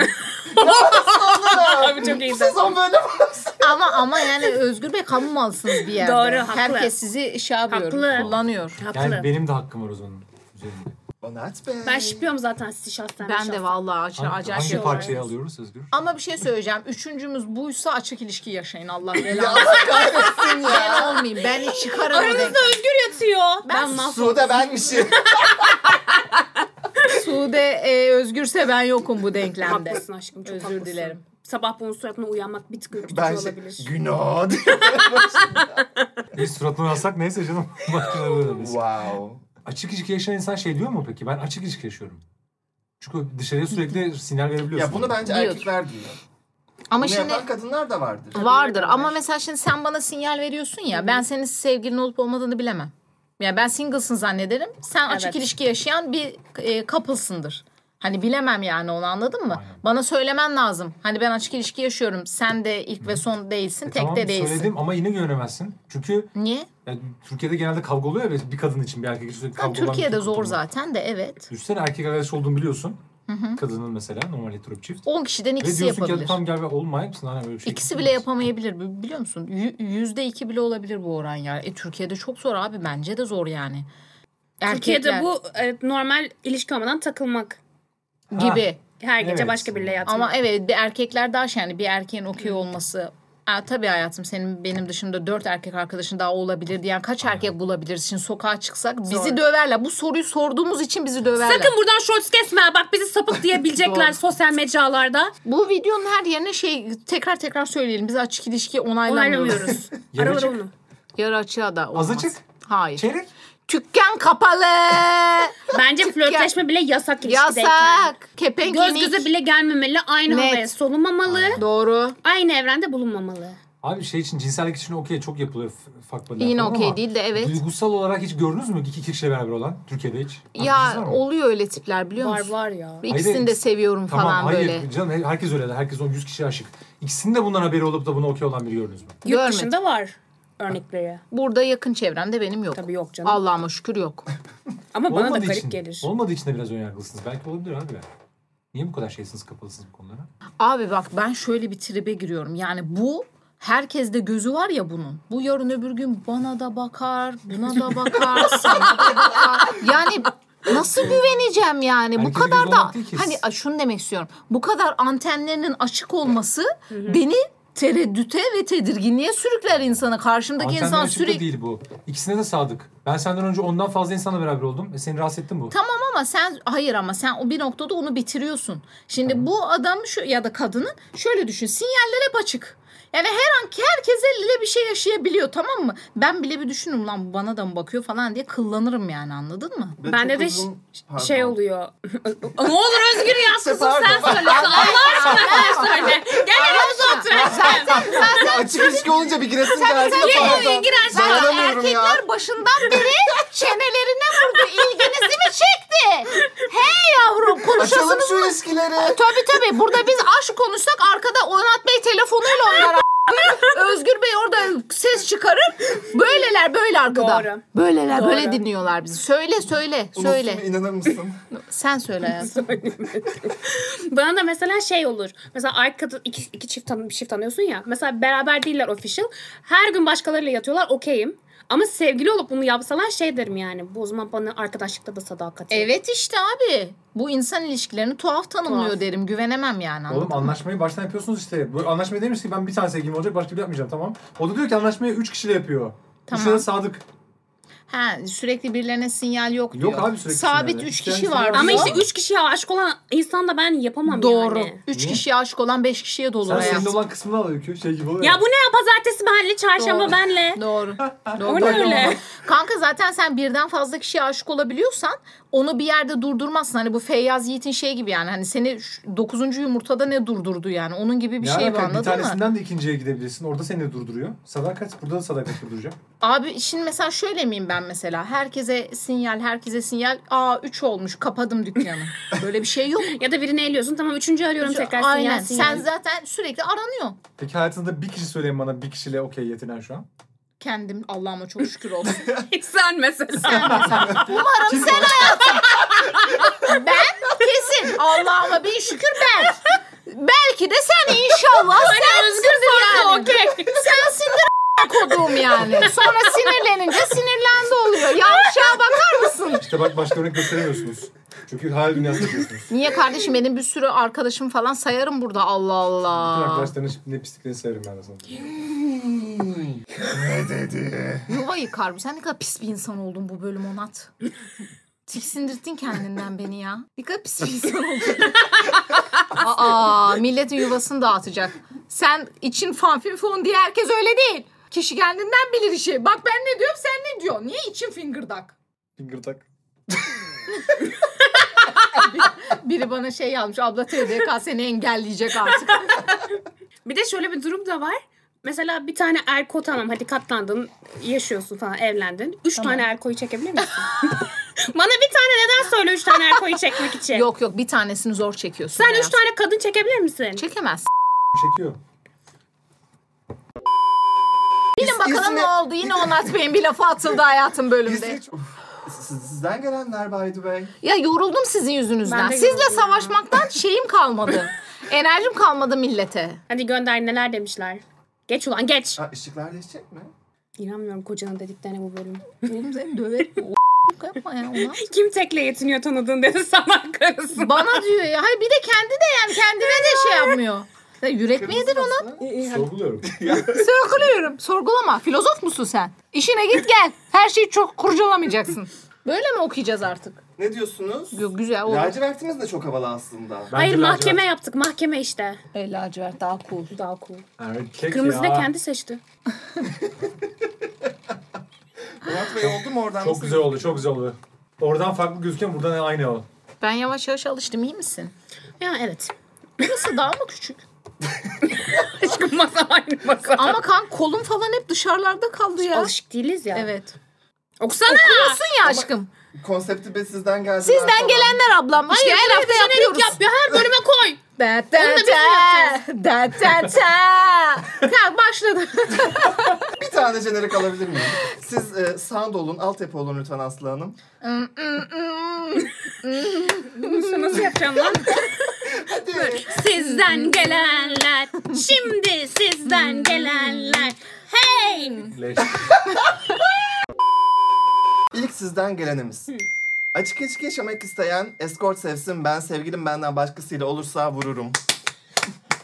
S2: Abi çok
S1: Bu
S2: iyiydi.
S1: sezon böyle mi?
S3: ama ama yani Özgür Bey kamu malısınız bir yerde.
S2: Doğru, haklı.
S3: Herkes sizi şey yapıyor,
S2: Haklı.
S3: kullanıyor.
S4: Yani
S2: Haklı.
S4: benim de hakkım var o zaman. Üzerinde.
S1: Onat Bey.
S2: Ben şipliyorum zaten sizi şahsen.
S3: Ben de
S2: şahsen.
S3: vallahi acı,
S4: Hangi,
S3: acayip şey
S4: hangi
S3: oluyor.
S4: parçayı alıyoruz Özgür?
S3: Ama bir şey söyleyeceğim. Üçüncümüz buysa açık ilişki yaşayın Allah
S1: Ya
S3: belanı.
S1: Allah kahretsin ya.
S3: ben olmayayım. Ben hiç çıkarım. o
S2: Aranızda
S3: denk-
S2: Özgür yatıyor.
S3: Ben
S1: Sude benmişim.
S3: Sude e, Özgürse ben yokum bu denklemde.
S2: Haklısın aşkım çok
S3: Özür
S2: haklısın.
S3: dilerim.
S2: sabah bunun suratına uyanmak bir tık ürkütücü
S1: Ben şey,
S2: olabilir.
S1: günah diye.
S4: Biz suratını alsak neyse canım. Başkaları böyle demesin.
S1: wow.
S4: açık ilişki yaşayan insan şey diyor mu peki? Ben açık ilişki yaşıyorum. Çünkü dışarıya sürekli sinyal verebiliyorsun.
S1: Ya bunu bence
S3: Diyor.
S1: erkekler diyor.
S3: Ama
S1: Bunu
S3: şimdi
S1: yapan kadınlar da vardır.
S3: vardır ama mesela şimdi sen bana sinyal veriyorsun ya ben senin sevgilin olup olmadığını bilemem. Ya ben single'sın zannederim. Sen açık
S2: Evet.
S3: ilişki yaşayan bir e, couple'sındır. Hani bilemem yani onu anladın mı?
S4: Aynen.
S3: Bana söylemen lazım. Hani ben açık ilişki yaşıyorum. Sen de ilk ve son değilsin. tek
S4: E, Tamam,
S3: de değilsin.
S4: Söyledim ama yine güvenemezsin. Çünkü
S3: Niye?
S4: yani Türkiye'de genelde kavga oluyor ya bir kadın için bir erkek için sürekli
S3: Tam
S4: kavga olan
S3: Türkiye'de
S4: bir
S3: zor
S4: toplum.
S3: zaten de evet.
S4: Düşünsene erkek arkadaş olduğunu biliyorsun. Kadının mesela normal hetero bir çift.
S3: 10 kişiden
S4: Ve
S3: ikisi
S4: diyorsun
S3: yapabilir.
S4: ki tam gel ve olmayan mısın? Hani böyle bir şey.
S3: İkisi bile yapamayabilir bi- biliyor musun? Yü- Yüzde iki bile olabilir bu oran ya. E, Türkiye'de çok zor abi bence de zor yani.
S2: Türkiye'de
S3: Erkekler
S2: bu e, normal ilişki olmadan takılmak.
S3: gibi.
S2: Her gece
S4: Evet.
S2: başka biriyle yatmak.
S3: Ama evet bir erkekler daha şey yani bir erkeğin okey olması. Ha, tabii hayatım senin benim dışında dört erkek arkadaşın daha olabilir diyen kaç erkek bulabiliriz? Şimdi sokağa çıksak bizi döverler. Bu soruyu sorduğumuz için bizi döverler.
S2: Sakın buradan shorts kesme ha, bak bizi sapık diyebilecekler
S3: Doğru.
S2: sosyal mecralarda.
S3: Bu videonun her yerine şey tekrar tekrar söyleyelim. Biz açık ilişki onaylamıyoruz.
S2: Onaylamıyoruz.
S4: Yarı
S2: Aralar
S4: çık.
S2: onu.
S3: Yarı açığa da olmaz.
S4: Az açık.
S3: Hayır.
S4: Çeyrek.
S3: Dükkan kapalı.
S2: Bence flörtleşme bile yasak ilişkideyken.
S3: Yasak. Kepenk
S2: Göz
S3: inik.
S2: göze bile gelmemeli, aynı
S3: Net.
S2: havaya solumamalı,
S3: Doğru.
S2: aynı evrende bulunmamalı.
S4: Abi şey için cinsellik için okey çok yapılıyor f- fuckbody'ler
S3: Yine
S4: falan ama
S3: okey değil de evet.
S4: Duygusal olarak hiç gördünüz mü iki kişiyle beraber olan Türkiye'de hiç? Arkadaşınız
S3: Ya
S4: var mı?
S3: oluyor öyle tipler biliyor
S2: Var
S3: musun?
S2: var ya.
S3: İkisini de seviyorum
S4: Tamam
S3: falan
S4: hayır
S3: böyle.
S4: canım he- herkes öyle. de, Herkes o 100 kişi aşık. İkisinin de bundan haberi olup da buna okey olan biri gördünüz mü?
S2: Yurt
S3: Görmedim.
S2: dışında var örnekleri.
S3: Burada yakın çevremde benim yok.
S2: Tabii yok canım.
S3: Allah'ıma şükür yok.
S2: Ama bana da
S4: Olmadığı
S2: garip
S4: için,
S2: gelir.
S4: Olmadığı için de biraz önyargılısınız. Belki olabilir abi. Niye bu kadar şeysiniz kapalısınız bu konulara?
S3: Abi bak ben şöyle bir tribe giriyorum. Yani bu herkeste gözü var ya bunun. Bu yarın öbür gün bana da bakar, buna da bakar, sana da bakar. Yani nasıl güveneceğim yani? bu
S4: Herkese
S3: kadar
S4: göz
S3: da
S4: olmak değil ki.
S3: hani a, şunu demek istiyorum. Bu kadar antenlerinin açık olması beni tereddüte ve tedirginliğe sürükler insanı. Karşımdaki
S4: Antenler
S3: insan
S4: açık da
S3: sürekli
S4: değil bu. İkisine de sadık. Ben senden önce ondan fazla insanla beraber oldum. E seni rahatsız ettim bu.
S3: Tamam ama sen hayır ama sen o bir noktada onu bitiriyorsun. Şimdi bu adam şu ya da kadının şöyle düşün sinyaller hep açık. Yani her an herkes eliyle bir şey yaşayabiliyor tamam mı? Ben bile bir düşünürüm lan bu bana da mı bakıyor falan diye kıllanırım yani anladın mı?
S1: Ve
S2: Bende
S1: çok
S2: de
S1: uzun- Pardon.
S2: şey oluyor. ne olur Özgür ya susun
S1: Pardon.
S2: sen söyle. Allah aşkına sen söyle. Gel yanımıza otur.
S1: Açık ilişki olunca bir giresin gelsin de pardon.
S2: girersin.
S1: Dayanamıyorum ya.
S3: Erkekler başından beri çenelerine vurdu. İlginizi mi çekti? Hey yavrum
S1: Açalım
S3: konuşasınız
S1: şu ilişkileri.
S3: Ee, Tabii tabii. Burada biz aşk konuşsak arkada Onat Bey telefonuyla oynar. a**. Özgür Bey orada ses çıkarır. Böyleler böyle arkada.
S2: Doğru.
S3: Böyleler
S2: Doğru.
S3: böyle dinliyorlar bizi. Söyle söyle söyle.
S1: Unuttum, inanır mısın?
S3: Sen söyle hayatım.
S2: Bana da mesela şey olur. Mesela arkada iki, iki çift tanı, bir çift tanıyorsun ya. Mesela beraber değiller official. Her gün başkalarıyla yatıyorlar okeyim. Ama sevgili olup bunu yapsalar şey derim yani. Bu o zaman bana arkadaşlıkta da sadakat. yok.
S3: evet işte abi. Bu insan ilişkilerini tuhaf tanımlıyor derim. Güvenemem yani.
S4: Oğlum anlaşmayı baştan yapıyorsunuz işte. Bu anlaşmayı demiş ki ben bir tane sevgilim olacak başka bir şey yapmayacağım tamam. O da diyor ki anlaşmayı 3 kişiyle yapıyor.
S3: Tamam.
S4: Üçüne de sadık.
S3: Ha, sürekli birilerine sinyal yok diyor.
S4: Yok abi sürekli
S3: Sabit
S4: sinyal.
S3: 3
S4: Bir tane
S3: kişi
S4: sinyal
S3: var.
S2: Ama
S3: diyor.
S2: işte üç kişiye aşık olan insan da ben yapamam
S3: Doğru.
S2: yani.
S3: 3
S4: Niye?
S3: kişiye aşık olan 5 kişiye dolu
S4: Sen senin
S3: hayatım.
S4: olan kısmını al öykü. Şey gibi oluyor.
S2: Ya bu ne ya pazartesi benle, çarşamba
S3: Doğru.
S2: benle.
S3: Doğru.
S2: O ne öyle?
S3: Kanka zaten sen birden fazla kişiye aşık olabiliyorsan onu bir yerde durdurmazsın. Hani bu Feyyaz Yiğit'in şey gibi yani hani seni 9. yumurtada ne durdurdu yani onun gibi bir
S4: Ne
S3: şey bu
S4: alaka? Bir
S3: anladın mı?
S4: tanesinden de ikinciye gidebilirsin. Orada seni de durduruyor. Sadakat. Burada da sadakat durduracak.
S3: Abi şimdi mesela şöyle miyim ben mesela herkese sinyal herkese sinyal aa 3 olmuş kapadım dükkanı. Böyle bir şey yok.
S2: Ya da birini eliyorsun tamam üçüncü arıyorum tekrar sinyal
S3: Aynen
S2: sinyal.
S3: sen zaten sürekli aranıyor.
S4: Peki hayatınızda bir kişi söyleyin bana bir kişiyle okey yetinen şu an.
S3: Kendim Allah'ıma çok şükür olsun.
S2: sen mesela.
S3: Umarım sen hayatım. ben kesin Allah'ıma bin şükür ben. Belki de sen inşallah sen özgürsün yani.
S2: Okey.
S3: Sen sindir kodum yani. Sonra sinirlenince sinirlendi oluyor. Ya aşağı bakar mısın?
S4: İşte bak başka örnek gösteremiyorsunuz. Çünkü hayal dünyasında yapıyorsunuz.
S3: Niye kardeşim benim bir sürü arkadaşım falan sayarım burada Allah
S4: Bütün
S3: Allah.
S4: arkadaşlarının şimdi ne pisliklerini sayarım ben de sana.
S1: Ne dedi?
S3: Yuva yıkar bu. Sen ne kadar pis bir insan oldun bu bölüm Onat. Tiksindirdin kendinden beni ya. Ne kadar pis bir insan oldun. Aa milletin yuvasını dağıtacak. Sen için fanfin fon diye herkes öyle değil. Kişi kendinden bilir işi. Bak ben ne diyorum sen ne diyorsun? Niye için fingırdak?
S1: Fingırtak.
S3: Biri bana şey yazmış abla TDK seni engelleyecek artık.
S2: Bir de şöyle bir durum da var. Mesela bir tane erko tamam hadi katlandın, yaşıyorsun falan, evlendin. Üç tane erkoyu çekebilir misin? Bana bir tane neden söyle üç tane erkoyu çekmek için?
S3: yok yok bir tanesini zor çekiyorsun.
S2: Sen üç
S3: hayatım.
S2: tane kadın çekebilir misin?
S3: Çekemez.
S4: Çekiyor.
S3: Bilin bakalım ne oldu? Yine Onat Bey'in bir lafı atıldı hayatım bölümde.
S1: Biz- Siz- Sizden gelenler by the way.
S3: Ya yoruldum sizin yüzünüzden.
S2: Ben de
S3: Sizle
S2: yoruldum ya.
S3: savaşmaktan şeyim kalmadı. Enerjim kalmadı millete.
S2: Hadi gönder neler demişler. Geç ulan geç.
S1: Ha, ışıklar değişecek mi?
S2: İnanmıyorum kocanın dediklerine bu bölüm.
S3: Oğlum seni döverim. yapma ya ona.
S2: Kim tekle yetiniyor tanıdığın dedi sabah karısı.
S3: Bana diyor ya. Hayır bir de kendi de yani kendine de şey yapmıyor. Ya yürek mi yedin ona?
S4: Sorguluyorum.
S3: Sorguluyorum. Sorgulama. Filozof musun sen? İşine git gel. Her şeyi çok kurcalamayacaksın. Böyle mi okuyacağız artık?
S1: Ne diyorsunuz?
S3: Yok güzel oldu.
S1: Lacivertimiz de çok havalı aslında.
S2: Hayır mahkeme yaptık mahkeme işte.
S3: E, lacivert daha cool.
S2: Daha cool.
S4: Erkek
S2: Kırmızı
S4: ya.
S2: da kendi seçti.
S1: Murat Bey oldu mu oradan?
S4: Çok
S1: nasıl-
S4: güzel oldu, çok güzel oldu. Oradan farklı gözüken buradan aynı o.
S3: Ben yavaş yavaş alıştım iyi misin?
S2: Ya evet.
S3: Burası daha mı küçük?
S2: Aşkım masa aynı masa.
S3: Ama kan kolum falan hep dışarılarda kaldı ya.
S2: Alışık değiliz ya.
S3: Evet.
S2: Okusana.
S3: Biliyorsun ya aşkım.
S1: Konsepti be sizden geldi.
S3: Sizden gelenler ablam. İşte
S2: Hayır,
S3: her hafta yapıyoruz.
S2: Yap ya her bölüme koy.
S3: Da, da,
S2: Onu da biz mi
S3: da, da, da, da. Tamam başladı.
S1: Bir tane jenerik alabilir miyim? Siz e, sound olun, altyapı olun lütfen Aslı Hanım.
S2: Bunu nasıl yapacağım lan?
S1: Hadi.
S2: Sizden gelenler. Şimdi sizden gelenler. Hey!
S4: Leş.
S1: İlk sizden gelenimiz. Açık açık yaşamak isteyen escort sevsin ben sevgilim benden başkasıyla olursa vururum.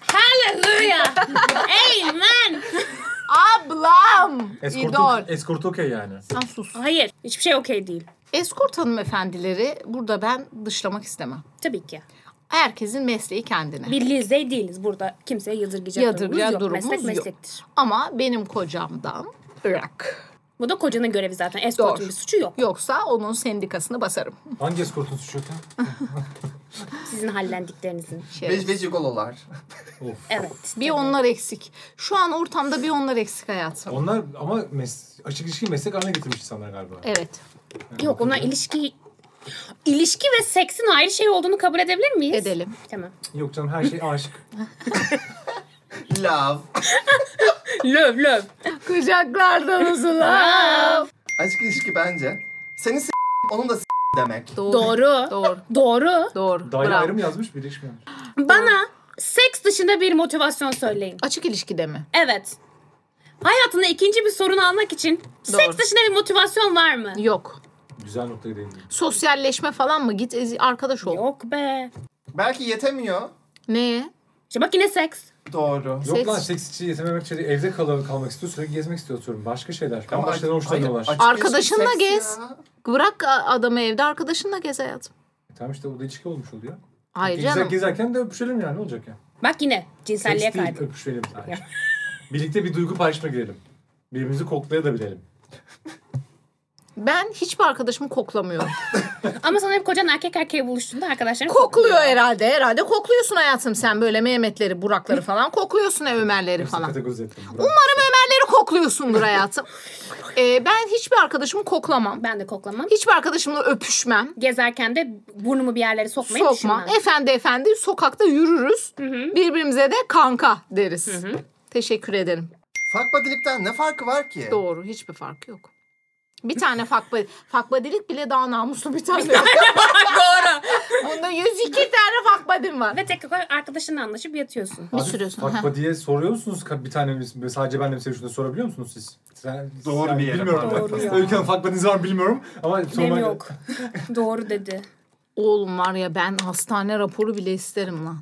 S2: Hallelujah! Amen!
S3: Ablam. İdol.
S4: Eskort, eskort okey yani.
S3: Sen sus.
S2: Hayır. Hiçbir şey okey değil.
S3: Eskort hanımefendileri burada ben dışlamak istemem.
S2: Tabii ki.
S3: Herkesin mesleği kendine.
S2: Birliği zey değiliz burada. Kimseye yadırgayacak durumumuz
S3: Yadırgayan
S2: yok.
S3: durumumuz
S2: Meslek
S3: yok.
S2: meslektir.
S3: Ama benim kocamdan Irak.
S2: Bu da kocanın görevi zaten.
S3: Doğru.
S2: Escort'un bir suçu yok.
S3: Yoksa onun sendikasını basarım.
S4: Hangi eskortun suçu yok ya?
S2: Sizin hallendiklerinizin.
S3: Şerefsiz.
S1: Ve, ve jigololar.
S4: Of.
S2: Evet.
S3: Bir onlar eksik. Şu an ortamda bir onlar eksik hayatım.
S4: Onlar ama mes açık ilişki meslek haline getirmiş insanlar galiba.
S3: Evet.
S2: Yok onlar ilişki... İlişki ve seksin ayrı şey olduğunu kabul edebilir miyiz?
S3: Edelim.
S2: Tamam.
S4: Yok canım her şey aşk.
S1: Love.
S2: Löv löv.
S3: Kucaklardan uzun.
S1: Açık ilişki bence. Seni s**, onun da s*** demek.
S2: Doğru.
S3: Doğru.
S2: Doğru.
S3: Doğru.
S4: Daire
S3: Bravo.
S4: ayrı mı yazmış birleşmiyor.
S2: Bana seks dışında bir motivasyon söyleyin.
S3: Açık ilişkide mi?
S2: Evet. Hayatında ikinci bir sorun almak için seks
S3: Doğru.
S2: dışında bir motivasyon var mı?
S3: Yok.
S4: Güzel noktaya değindin.
S3: Sosyalleşme falan mı? Git e, arkadaş ol.
S2: Yok be.
S1: Belki yetemiyor.
S3: Neye?
S2: İşte bak yine seks.
S1: Doğru.
S4: Yok
S3: Seks-
S4: lan seks için yetememek için değil, evde kal kalmak istiyor sürekli gezmek istiyor atıyorum. Başka şeyler. Ama başka şeyden
S1: Hayır,
S4: hoşlanıyorlar.
S1: açık ilişki
S3: Arkadaşınla
S1: seks
S3: gez.
S1: ya.
S3: Bırak a- adamı evde arkadaşınla gez hayatım.
S4: Tamam işte o da ilişki olmuş oluyor.
S3: Hayır
S4: Gezer,
S3: canım.
S4: gezerken de öpüşelim yani ne olacak ya.
S2: Bak yine cinselliğe
S4: Seks değil
S2: kaydı.
S4: öpüşelim. Hayır. Birlikte bir duygu paylaşma girelim. Birbirimizi koklaya da bilelim.
S3: Ben hiçbir arkadaşımı koklamıyorum.
S2: Ama sana hep kocan erkek erkeğe buluştuğunda arkadaşların
S3: Kokluyor herhalde. Herhalde kokluyorsun hayatım sen böyle Mehmetleri, Burakları falan. Kokluyorsun Ömerleri
S4: Hepsini
S3: falan.
S4: kategorize ettim. Bravo.
S3: Umarım Ömerleri kokluyorsundur hayatım. Ee, ben hiçbir arkadaşımı koklamam.
S2: Ben de koklamam.
S3: Hiçbir arkadaşımla öpüşmem.
S2: Gezerken de burnumu bir yerlere sokmayı
S3: Sokma. Eh.
S2: düşünmem.
S3: Efendi efendi sokakta yürürüz. Birbirimize de kanka deriz. Teşekkür ederim.
S1: Fuck buddy'likten ne farkı var ki?
S3: Doğru. Hiçbir farkı yok. Bir tane fakba, fakbadilik bile daha namuslu bir tane.
S2: Doğru.
S3: Bunda 102 tane fakbadim var.
S2: Ve tekrar arkadaşınla anlaşıp yatıyorsun.
S3: Ne
S4: Abi,
S3: sürüyorsun?
S4: Fuck
S3: Ha.
S4: Buddy'ye soruyor musunuz? Ka- Bir tane mi- sadece benle mi sevişiyorsunuz sorabiliyor musunuz siz? Sen,
S1: Doğru bir yere
S4: Bilmiyorum.
S1: parmak
S2: bastın.
S4: Ülkenin Fuck Buddy'niz var mı bilmiyorum. Ama
S2: Benim
S4: normal-
S2: yok. Doğru dedi.
S3: Oğlum var ya ben hastane raporu bile isterim lan.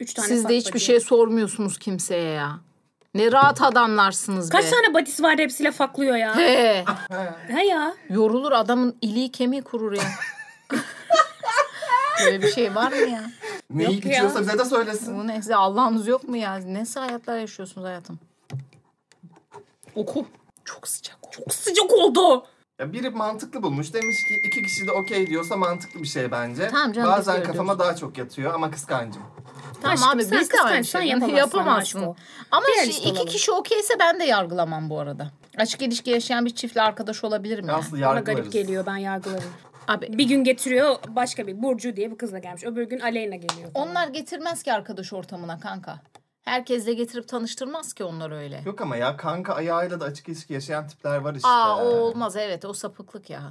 S2: Üç tane
S3: Siz
S2: fuck
S3: de hiçbir
S2: buddy.
S3: şey sormuyorsunuz kimseye ya. Ne rahat adamlarsınız
S2: Kaç
S3: be.
S2: tane badisi vardı hepsiyle faklıyor ya.
S3: He.
S2: He ya.
S3: Yorulur adamın iliği kemiği kurur ya. Böyle bir şey var mı ya?
S1: Neyi
S2: Yok ya.
S1: geçiyorsa bize de söylesin.
S3: Bu ne? Size Allah'ınız yok mu ya? Nasıl hayatlar yaşıyorsunuz hayatım?
S2: Oku. Çok sıcak. Çok sıcak oldu.
S1: Ya biri mantıklı bulmuş. Demiş ki iki kişi de okey diyorsa mantıklı bir şey bence.
S3: Tamam canım, biz de
S1: Bazen
S3: öyle
S1: kafama daha çok yatıyor ama kıskancım.
S3: Tamam
S2: Aşkım,
S3: abi
S2: sen
S3: biz de aynı
S2: kıskançsan
S3: şey.
S2: yapamazsın
S3: Yapamazsın.
S2: aşkım.
S3: Ama
S2: Diğer
S3: şey,
S2: işte
S3: iki
S2: olalım.
S3: kişi okeyse ben de yargılamam bu arada. Açık ilişki yaşayan bir çiftle arkadaş olabilirim ya.
S1: Aslı
S2: Bana
S1: yargılarız.
S2: garip geliyor ben yargılarım.
S3: Abi
S2: Bir gün getiriyor başka bir Burcu diye bir kızla gelmiş. Öbür gün Aleyna geliyor. falan.
S3: onlar getirmez ki arkadaş ortamına kanka. Herkesle getirip tanıştırmaz ki onlar öyle.
S1: Yok ama ya kanka ayağıyla da açık ilişki yaşayan tipler var işte.
S3: Aa o olmaz evet o sapıklık ya.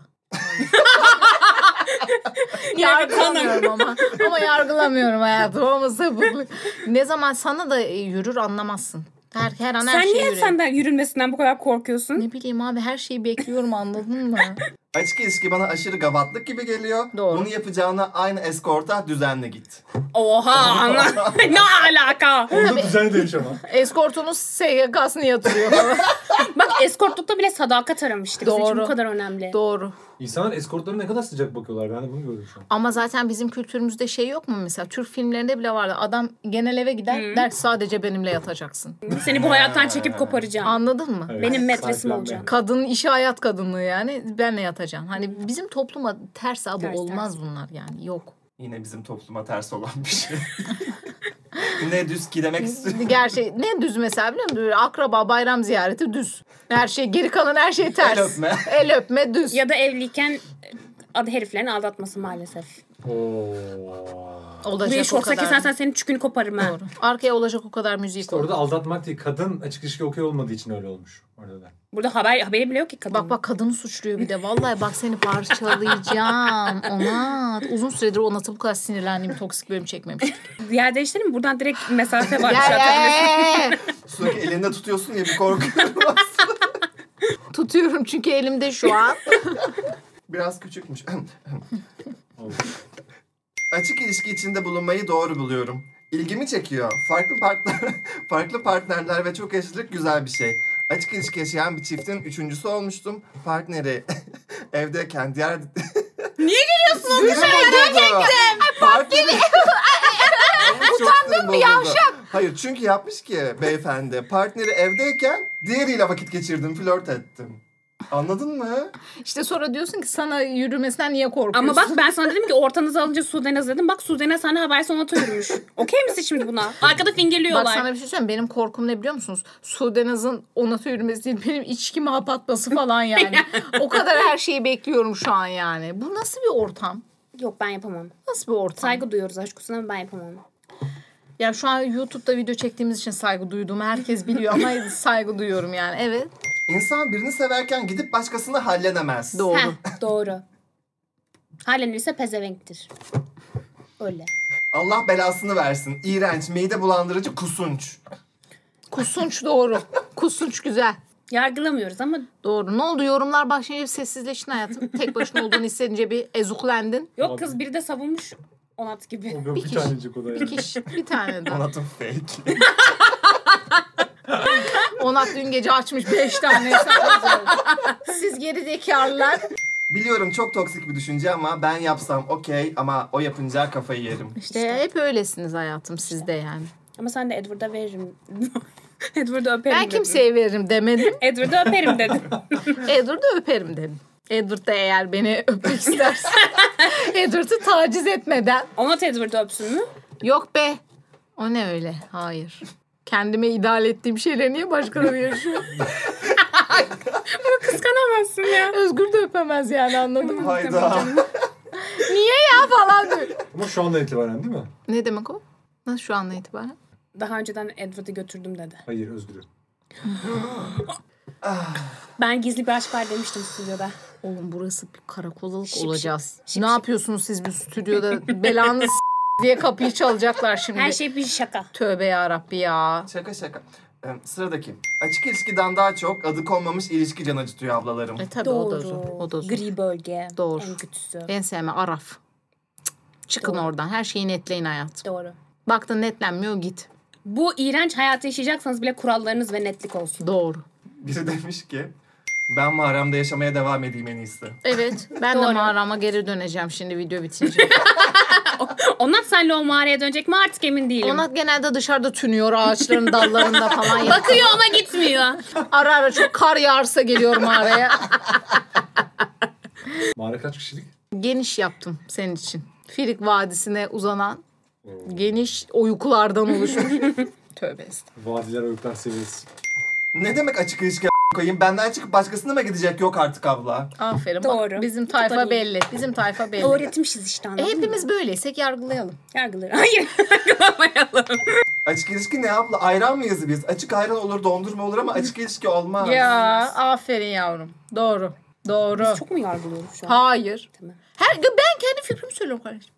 S3: yargılamıyorum ama. Ama yargılamıyorum hayatım ama sapıklık. Ne zaman sana da e, yürür anlamazsın. Her, her an her
S2: Sen
S3: şey
S2: niye
S3: yürür.
S2: senden yürünmesinden bu kadar korkuyorsun?
S3: Ne bileyim abi her şeyi bekliyorum anladın mı?
S1: Açık ilişki bana aşırı gavatlık gibi geliyor.
S3: Doğru.
S1: Bunu yapacağına aynı eskorta düzenli git.
S2: Oha ana. ne alaka?
S4: Orada düzenli değiş ama.
S3: Eskortunuz SGK'sını yatırıyor falan.
S2: Bak eskortlukta bile sadakat aramıştık. Doğru. Için
S3: Doğru.
S2: bu kadar önemli.
S3: Doğru.
S4: İnsanlar eskortlara ne kadar sıcak bakıyorlar. Ben de bunu görüyorum şu an.
S3: Ama zaten bizim kültürümüzde şey yok mu mesela? Türk filmlerinde bile vardı. Adam genel eve gider der ki sadece benimle yatacaksın.
S2: Seni bu hayattan çekip koparacağım.
S3: Anladın mı?
S4: Evet.
S2: Benim metresim
S4: Sahiplenme.
S2: olacak.
S3: Kadın işi hayat kadınlığı yani benle yatacaksın. Hani bizim topluma ters abi
S2: Ters,
S3: olmaz bunlar yani yok.
S1: Yine bizim topluma ters olan bir şey. ne düz ki demek istiyorum.
S3: Gerçi ne düz mesela biliyor musun? Böyle Akraba bayram ziyareti düz. Her şey geri kalan her şey ters.
S1: El öpme.
S3: El öpme düz.
S2: Ya da evliyken e, ad heriflerin aldatması maalesef.
S4: Oo.
S2: Buraya
S3: olacak o
S2: şortsa
S3: kadar.
S2: kesersen senin çükünü koparım ha.
S3: Doğru. Arkaya olacak o kadar müziği
S4: İşte
S3: koy.
S4: orada aldatmak değil. Kadın açık ilişki okey olmadığı için öyle olmuş. Orada da.
S2: Burada haber haberi bile yok ki kadın.
S3: Bak bak kadını suçluyor bir de. Vallahi bak seni parçalayacağım. Onat. Uzun süredir Onat'a bu kadar sinirlendiğim toksik bölüm çekmemiştim.
S2: Yer değiştirelim buradan direkt mesafe var.
S3: Gel, gel.
S1: Sürekli elinde tutuyorsun ya bir korkuyorum.
S3: Tutuyorum çünkü elimde şu an.
S1: Biraz küçükmüş.
S4: Oldu.
S1: Açık ilişki içinde bulunmayı doğru buluyorum. İlgimi çekiyor. Farklı partner, farklı partnerler ve çok yaşlılık güzel bir şey. Açık ilişki yaşayan bir çiftin üçüncüsü olmuştum. Partneri evdeyken diğer...
S2: Niye
S1: geliyorsun o dışarıya? Partneri... Utandın mı yavşak? Hayır çünkü yapmış ki beyefendi. Partneri evdeyken diğeriyle vakit geçirdim, flört ettim. Anladın mı?
S3: İşte sonra diyorsun ki sana yürümesinden niye korkuyorsun?
S2: Ama bak ben sana dedim ki ortanızı alınca Suden'e hazırladım. Bak Suden'e sana haber sona yürümüş. Okey misin şimdi buna? Arkada
S3: Bak
S2: fingirliyorlar.
S3: sana bir şey söyleyeyim. Benim korkum ne biliyor musunuz? Sudenaz'ın onata yürümesi değil. Benim içkimi hapatması falan yani. o kadar her şeyi bekliyorum şu an yani. Bu nasıl bir ortam?
S2: Yok ben yapamam.
S3: Nasıl bir ortam?
S2: Saygı duyuyoruz aşk olsun ama ben yapamam.
S3: Ya şu an YouTube'da video çektiğimiz için saygı duyduğumu herkes biliyor ama saygı duyuyorum yani. Evet.
S1: İnsan birini severken gidip başkasını hallenemez.
S3: Doğru.
S2: Heh, doğru. Halen ise pezevenktir. Öyle.
S1: Allah belasını versin. İğrenç, mide bulandırıcı, kusunç.
S3: Kusunç doğru. Kusunç güzel.
S2: Yargılamıyoruz ama
S3: Doğru. Ne oldu? Yorumlar başlayınca bir sessizleştin hayatım. Tek başına olduğunu hissedince bir ezuklendin.
S2: yok kız biri de savunmuş Onat gibi.
S4: Yok,
S3: Bir
S4: bir,
S3: kişi.
S4: tanecik o da yani.
S3: Bir kişi. Bir tane daha.
S1: Anlatım fake.
S3: Onat dün gece açmış beş tane hesap yazıyor. Siz geri zekalılar.
S1: Biliyorum çok toksik bir düşünce ama ben yapsam okey ama o yapınca kafayı yerim.
S3: İşte hep öylesiniz hayatım sizde yani.
S2: Ama sen de Edward'a veririm. Edward'a öperim
S3: Ben
S2: dedin.
S3: kimseye veririm demedim.
S2: Edward'a öperim dedim.
S3: Edward'ı öperim dedim. Edward da eğer beni öpmek isterse Edward'ı taciz etmeden.
S2: Onat Edward'ı öpsün mü?
S3: Yok be. O ne öyle? Hayır. Kendime ideal ettiğim şeyleri niye başkaları yaşıyor?
S2: Kıskanamazsın ya.
S3: Özgür de öpemez yani anladın mı?
S1: Hayda.
S3: niye ya falan diyor.
S4: Ama şu andan itibaren değil mi?
S3: Ne demek o? Nasıl şu andan itibaren?
S2: Daha önceden Edward'ı götürdüm dedi.
S4: Hayır özgürüm.
S2: Ben gizli bir aşk var demiştim stüdyoda.
S3: Oğlum burası bir karakolalık
S2: Şıp
S3: olacağız.
S2: şıp
S3: ne
S2: şıp.
S3: yapıyorsunuz siz bir stüdyoda belanız diye kapıyı çalacaklar şimdi.
S2: Her şey bir şaka.
S3: Tövbe ya Rabbi ya.
S1: Şaka şaka. Ee, Sıradaki. Açık ilişkiden daha çok adı konmamış ilişki can acıtıyor ablalarım.
S3: E tabii
S2: Doğru.
S3: o da zor. O da zor.
S2: Gri bölge.
S3: Doğru.
S2: En kötüsü.
S3: En sevme Araf. Cık, Çıkın oradan. Her şeyi netleyin hayatım.
S2: Doğru.
S3: Baktın netlenmiyor git.
S2: Bu iğrenç hayatı yaşayacaksanız bile kurallarınız ve netlik olsun.
S3: Doğru.
S1: Biri demiş ki ben mağaramda yaşamaya devam edeyim en iyisi.
S3: Evet. Ben de
S2: Doğru.
S3: mağarama geri döneceğim şimdi video bitince.
S2: Onat senle o mağaraya dönecek mi artık emin değilim.
S3: Onat genelde dışarıda tünüyor ağaçların dallarında falan. ya.
S2: Bakıyor ama gitmiyor.
S3: Ara ara çok kar yağarsa geliyorum araya.
S4: Mağara kaç kişilik?
S3: Geniş yaptım senin için. Firik Vadisi'ne uzanan geniş oyuklardan oluşmuş. Tövbe estağfurullah.
S4: Vadiler öyküler seviyesi.
S1: Ne demek açık ilişki a- koyayım? Benden çıkıp başkasına mı gidecek? Yok artık abla.
S3: Aferin.
S2: Doğru.
S3: Bak, bizim tayfa
S2: Tabii.
S3: belli. Bizim tayfa belli.
S2: Öğretmişiz işte
S3: E,
S2: anladın mı?
S3: hepimiz böyleysek yargılayalım.
S2: Yargıları. Hayır yargılamayalım.
S1: Açık ilişki ne abla? Ayran mıyız biz? Açık ayran olur, dondurma olur ama açık ilişki olmaz.
S3: Ya aferin yavrum. Doğru. Doğru.
S2: Çok mu yargılıyoruz şu an?
S3: Hayır.
S2: Tamam.
S3: Her, ben kendi fikrimi söylüyorum kardeşim.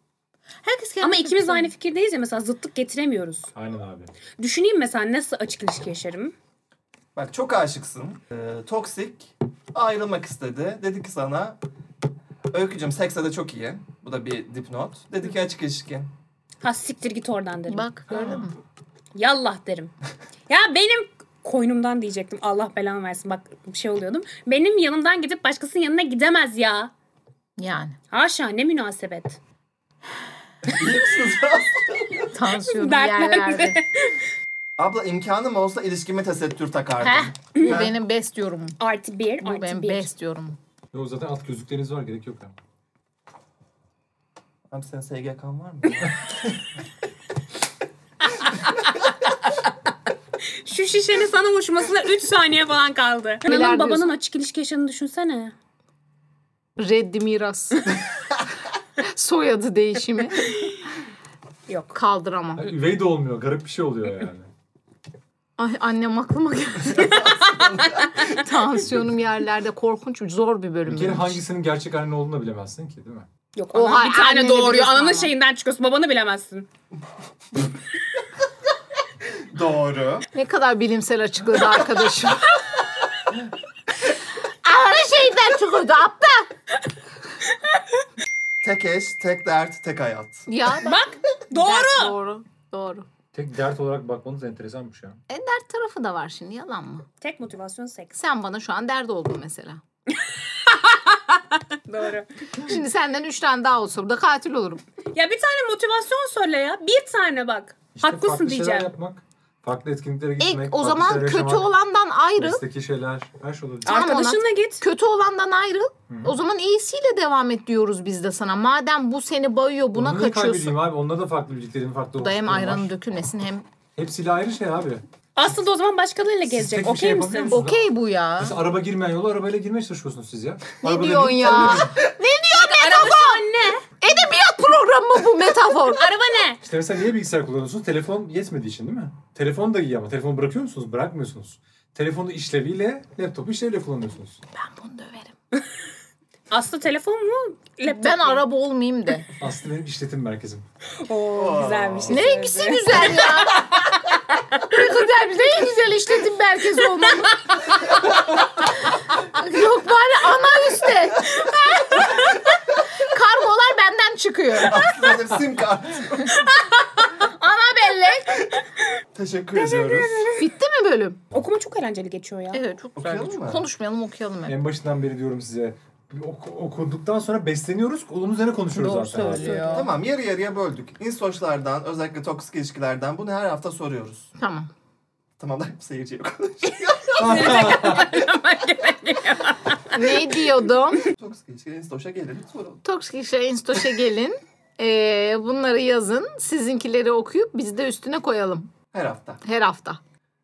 S3: Herkes kendi
S2: Ama
S3: fikrini
S2: ikimiz
S3: söylüyor.
S2: aynı fikirdeyiz ya mesela zıtlık getiremiyoruz.
S4: Aynen abi.
S2: Düşüneyim mesela nasıl açık ilişki yaşarım?
S1: Bak çok aşıksın. Ee, toksik. Ayrılmak istedi. Dedi ki sana Öykücüm sekse de çok iyi. Bu da bir dipnot. Dedi ki açık ilişki.
S2: Ha siktir git oradan derim.
S3: Bak gördün mü?
S2: Yallah derim. ya benim koynumdan diyecektim. Allah belanı versin. Bak bir şey oluyordum. Benim yanımdan gidip başkasının yanına gidemez ya.
S3: Yani.
S2: Haşa ne münasebet.
S3: Tansiyonum
S2: Dertlendi.
S3: yerlerde.
S1: abla imkanım olsa ilişkime tesettür takardım.
S3: Heh. Bu
S1: Ben-
S3: benim best yorumum.
S2: Artı bir,
S3: Bu
S2: artı
S3: benim
S2: bir.
S3: best yorumum.
S4: Yok zaten alt gözlükleriniz var gerek yok. Yani.
S1: Abi senin SGK'n var mı?
S2: Şu şişenin sana uçmasına 3 saniye falan kaldı. Ananın
S3: diyorsun.
S2: babanın açık ilişki yaşadığını düşünsene.
S3: Reddi miras. Soyadı değişimi.
S2: Yok.
S3: Kaldıramam.
S4: Hani üvey de olmuyor. Garip bir şey oluyor yani.
S3: Ay annem aklıma geldi. Tansiyonum yerlerde korkunç zor bir bölüm.
S4: Bir kere
S3: benim için.
S4: hangisinin gerçek anne olduğunu da bilemezsin ki değil mi?
S2: Yok.
S3: Oha,
S2: Oha, bir tane
S3: anneni
S2: doğuruyor.
S3: biliyorsun
S2: Ananın
S3: ama.
S2: şeyinden çıkıyorsun. Babanı bilemezsin.
S1: Doğru.
S3: Ne kadar bilimsel açıkladı arkadaşım. Ana şeyden çıkıyordu aptal.
S1: Tek eş, tek dert, tek hayat.
S3: Ya bak.
S2: Bak doğru.
S3: Doğru. Doğru.
S4: Tek dert olarak bakmanız şey. enteresanmış ya.
S3: E dert tarafı da var şimdi yalan mı?
S2: Tek motivasyon seks.
S3: Sen bana şu an dert oldun mesela.
S2: Doğru.
S3: Şimdi senden üç tane daha olsa burada katil olurum.
S2: ya bir tane motivasyon söyle ya. Bir tane bak.
S4: İşte
S2: Haklısın
S4: farklı şeyler
S2: diyeceğim.
S4: yapmak, farklı etkinliklere
S3: E,
S4: gitmek,
S3: o zaman kötü olandan ayrıl.
S4: Mesleki şeyler, her şey olabilir.
S3: Tamam,
S2: Arkadaşınla git.
S3: Kötü olandan ayrıl. O zaman iyisiyle devam et diyoruz biz de sana. Madem bu seni bayıyor buna
S4: Onu niye
S3: kaçıyorsun.
S4: kaybedeyim abi. Onunla da farklı birliklerin farklı
S3: Bu da hem
S4: oluşumları var.
S3: ayranın dökülmesin hem
S4: Hepsiyle ayrı şey abi.
S2: Aslında o zaman başkalarıyla
S4: tek
S2: gezecek.
S4: bir şey
S2: Okey
S4: yapabiliyor
S2: misin?
S4: musunuz?
S3: okey bu ya.
S4: Mesela araba girmeyen yolu arabayla girmeye çalışıyorsunuz siz ya.
S3: Ne
S4: Arabada
S3: diyorsun
S4: bir-
S3: ya?
S2: Araba anne.
S3: Edebiyat programı bu metafor.
S2: Araba ne?
S4: İşte mesela niye bilgisayar kullanıyorsunuz? Telefon yetmediği için değil mi? Telefon da iyi ama telefonu bırakıyor musunuz? Bırakmıyorsunuz. Telefonu işleviyle, laptopu işleviyle kullanıyorsunuz.
S3: Ben bunu döverim.
S2: Aslı telefon mu? Laptop
S3: Ben
S2: mu?
S3: araba olmayayım de.
S4: Aslında benim işletim merkezim.
S2: Oo, güzelmiş.
S3: Ne Neyse güzel ya. Ne güzel, ne güzel işletim merkezi olmalı. Yok bari ana üstte. Kargolar benden çıkıyor.
S1: Aslında benim sim kart.
S3: Ana bellek.
S1: Teşekkür ediyoruz.
S3: Bitti mi bölüm?
S2: Okuma çok eğlenceli geçiyor ya.
S3: Evet çok
S1: güzel.
S3: güzel.
S1: Okuyalım mı?
S3: Konuşmayalım okuyalım. hep.
S4: En başından beri diyorum size. ok- okuduktan sonra besleniyoruz. Onun üzerine konuşuyoruz
S3: Doğru
S4: zaten.
S3: söylüyor. Tamam.
S1: Tamam yarı yarıya böldük. İnsoçlardan özellikle toksik ilişkilerden bunu her hafta soruyoruz.
S3: tamam.
S1: Tamam da seyirciye
S3: Ne diyordum?
S1: toksik ilişkiler instoşa gelelim soralım.
S3: Toksik işler instoşa gelin. Ee, bunları yazın. Sizinkileri okuyup biz de üstüne koyalım.
S1: Her hafta.
S3: Her hafta.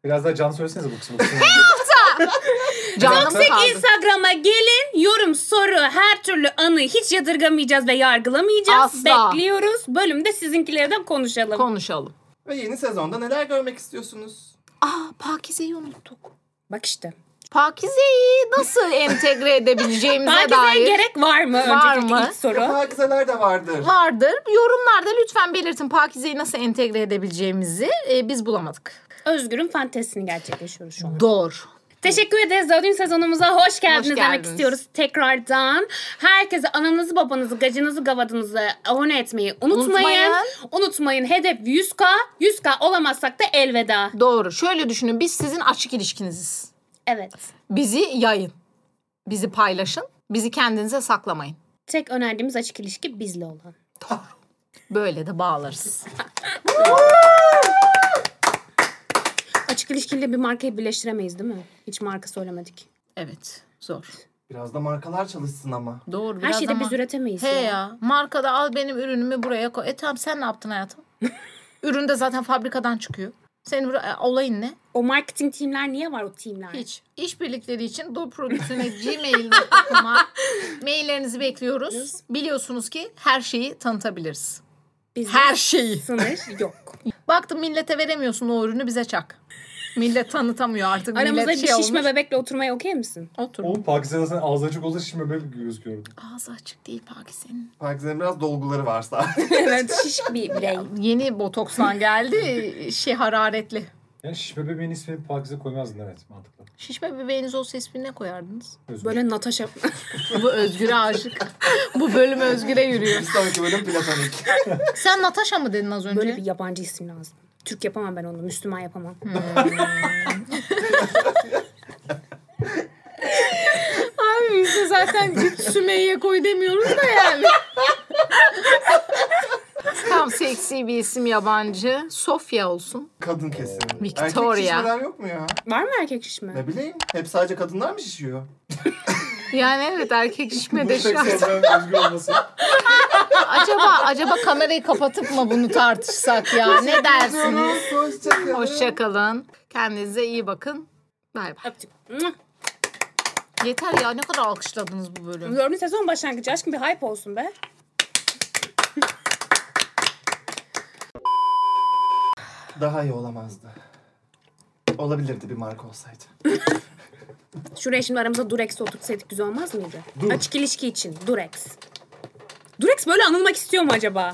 S4: Biraz daha can söylesenize bu kısmı. Bu kısmı-
S3: Canım
S2: Toksik
S3: kaldı.
S2: Instagram'a gelin. Yorum, soru, her türlü anı hiç yadırgamayacağız ve yargılamayacağız.
S3: Asla.
S2: Bekliyoruz. Bölümde sizinkilerden konuşalım.
S3: Konuşalım.
S1: Ve yeni sezonda neler görmek istiyorsunuz?
S3: Aa Pakize'yi unuttuk.
S2: Bak işte.
S3: Pakize'yi nasıl entegre edebileceğimize
S2: Herkese
S3: dair
S2: gerek var mı?
S3: Var
S2: Önceki
S3: mı?
S2: ilk soru.
S1: Hakizeler de vardır.
S3: vardır. Yorumlarda lütfen belirtin Pakize'yi nasıl entegre edebileceğimizi. Ee, biz bulamadık.
S2: Özgür'ün fantezisini gerçekleşiyoruz şu an.
S3: Doğru.
S2: Teşekkür ederiz. Dördüncü sezonumuza hoş geldiniz,
S3: Hoş
S2: demek
S3: geldiniz.
S2: istiyoruz tekrardan. Herkese ananızı, babanızı, gacınızı, gavadınızı abone etmeyi unutmayın. Unutmayın.
S3: Unutmayın.
S2: Hedef 100k. 100k olamazsak da elveda.
S3: Doğru. Şöyle düşünün. Biz sizin açık ilişkiniziz.
S2: Evet.
S3: Bizi yayın. Bizi paylaşın. Bizi kendinize saklamayın.
S2: Tek önerdiğimiz açık ilişki bizle olan.
S3: Böyle de bağlarız.
S2: Açık ilişkiyle bir markayı birleştiremeyiz değil mi? Hiç marka söylemedik.
S3: Evet. Zor.
S1: Biraz da markalar çalışsın ama.
S3: Doğru.
S2: Her
S3: biraz
S2: şeyde
S3: ama-
S2: biz üretemeyiz.
S3: He ya. Markada al benim ürünümü buraya koy. E tamam sen ne yaptın hayatım? Ürün de zaten fabrikadan çıkıyor. Senin bura- e, olayın ne?
S2: O marketing teamler niye var o teamler?
S3: Hiç. İş birlikleri için doproduksiyone.gmail.com'a maillerinizi bekliyoruz. Biliyorsunuz ki her şeyi tanıtabiliriz.
S2: Bizim
S3: Her şeyi.
S2: sınır yok.
S3: Baktım millete veremiyorsun o ürünü bize çak. Millet tanıtamıyor artık.
S2: Aramızda bir
S3: Millet
S2: şişme
S3: şey olmuş.
S2: bebekle oturmaya okey misin?
S3: Otur.
S4: Oğlum Pakistan'da sen ağzı açık olsa şişme bebek gözüküyorum.
S3: Ağzı açık değil Pakistan'ın.
S1: Parkin'in biraz dolguları varsa.
S2: evet şişik bir birey.
S3: Yeni botokstan geldi. şey hararetli.
S4: Yani şişme bebeğin ismini Pakistan koymazdın evet mantıklı.
S3: Şişme bebeğiniz olsa ismini ne koyardınız?
S4: Özür dilerim.
S2: Böyle Natasha.
S3: Bu Özgür'e aşık. Bu bölüm Özgür'e yürüyor.
S1: bir sonraki bölüm platonik.
S3: Sen Natasha mı dedin az önce?
S2: Böyle bir yabancı isim lazım. Türk yapamam ben onu. Müslüman yapamam.
S3: Abi biz de zaten git Sümeyye koy demiyoruz da yani. Tam seksi bir isim yabancı. Sofya olsun.
S1: Kadın kesin.
S3: Victoria.
S1: Erkek şişmeler yok mu ya?
S2: var mı erkek şişme?
S1: Ne bileyim. Hep sadece kadınlar mı şişiyor?
S3: Yani evet erkek şişme
S4: Bu
S3: de
S4: tek
S3: şu an.
S4: sorunların özgür olması.
S3: Acaba, acaba kamerayı kapatıp mı bunu tartışsak ya? Ne dersiniz?
S1: Hoşçakalın.
S3: Hoşçakalın. Kendinize iyi bakın. Bay bay.
S2: Öptük. Mwah.
S3: Yeter ya ne kadar alkışladınız bu bölümü.
S2: Dördüncü sezon başlangıcı. Aşkım bir hype olsun be.
S1: Daha iyi olamazdı. Olabilirdi bir marka olsaydı.
S2: Şuraya şimdi aramıza Durex oturtsaydık güzel olmaz mıydı?
S1: Dur.
S2: Açık ilişki için Durex. Durex böyle anılmak istiyor mu acaba?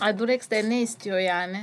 S3: Ay Durex de ne istiyor yani?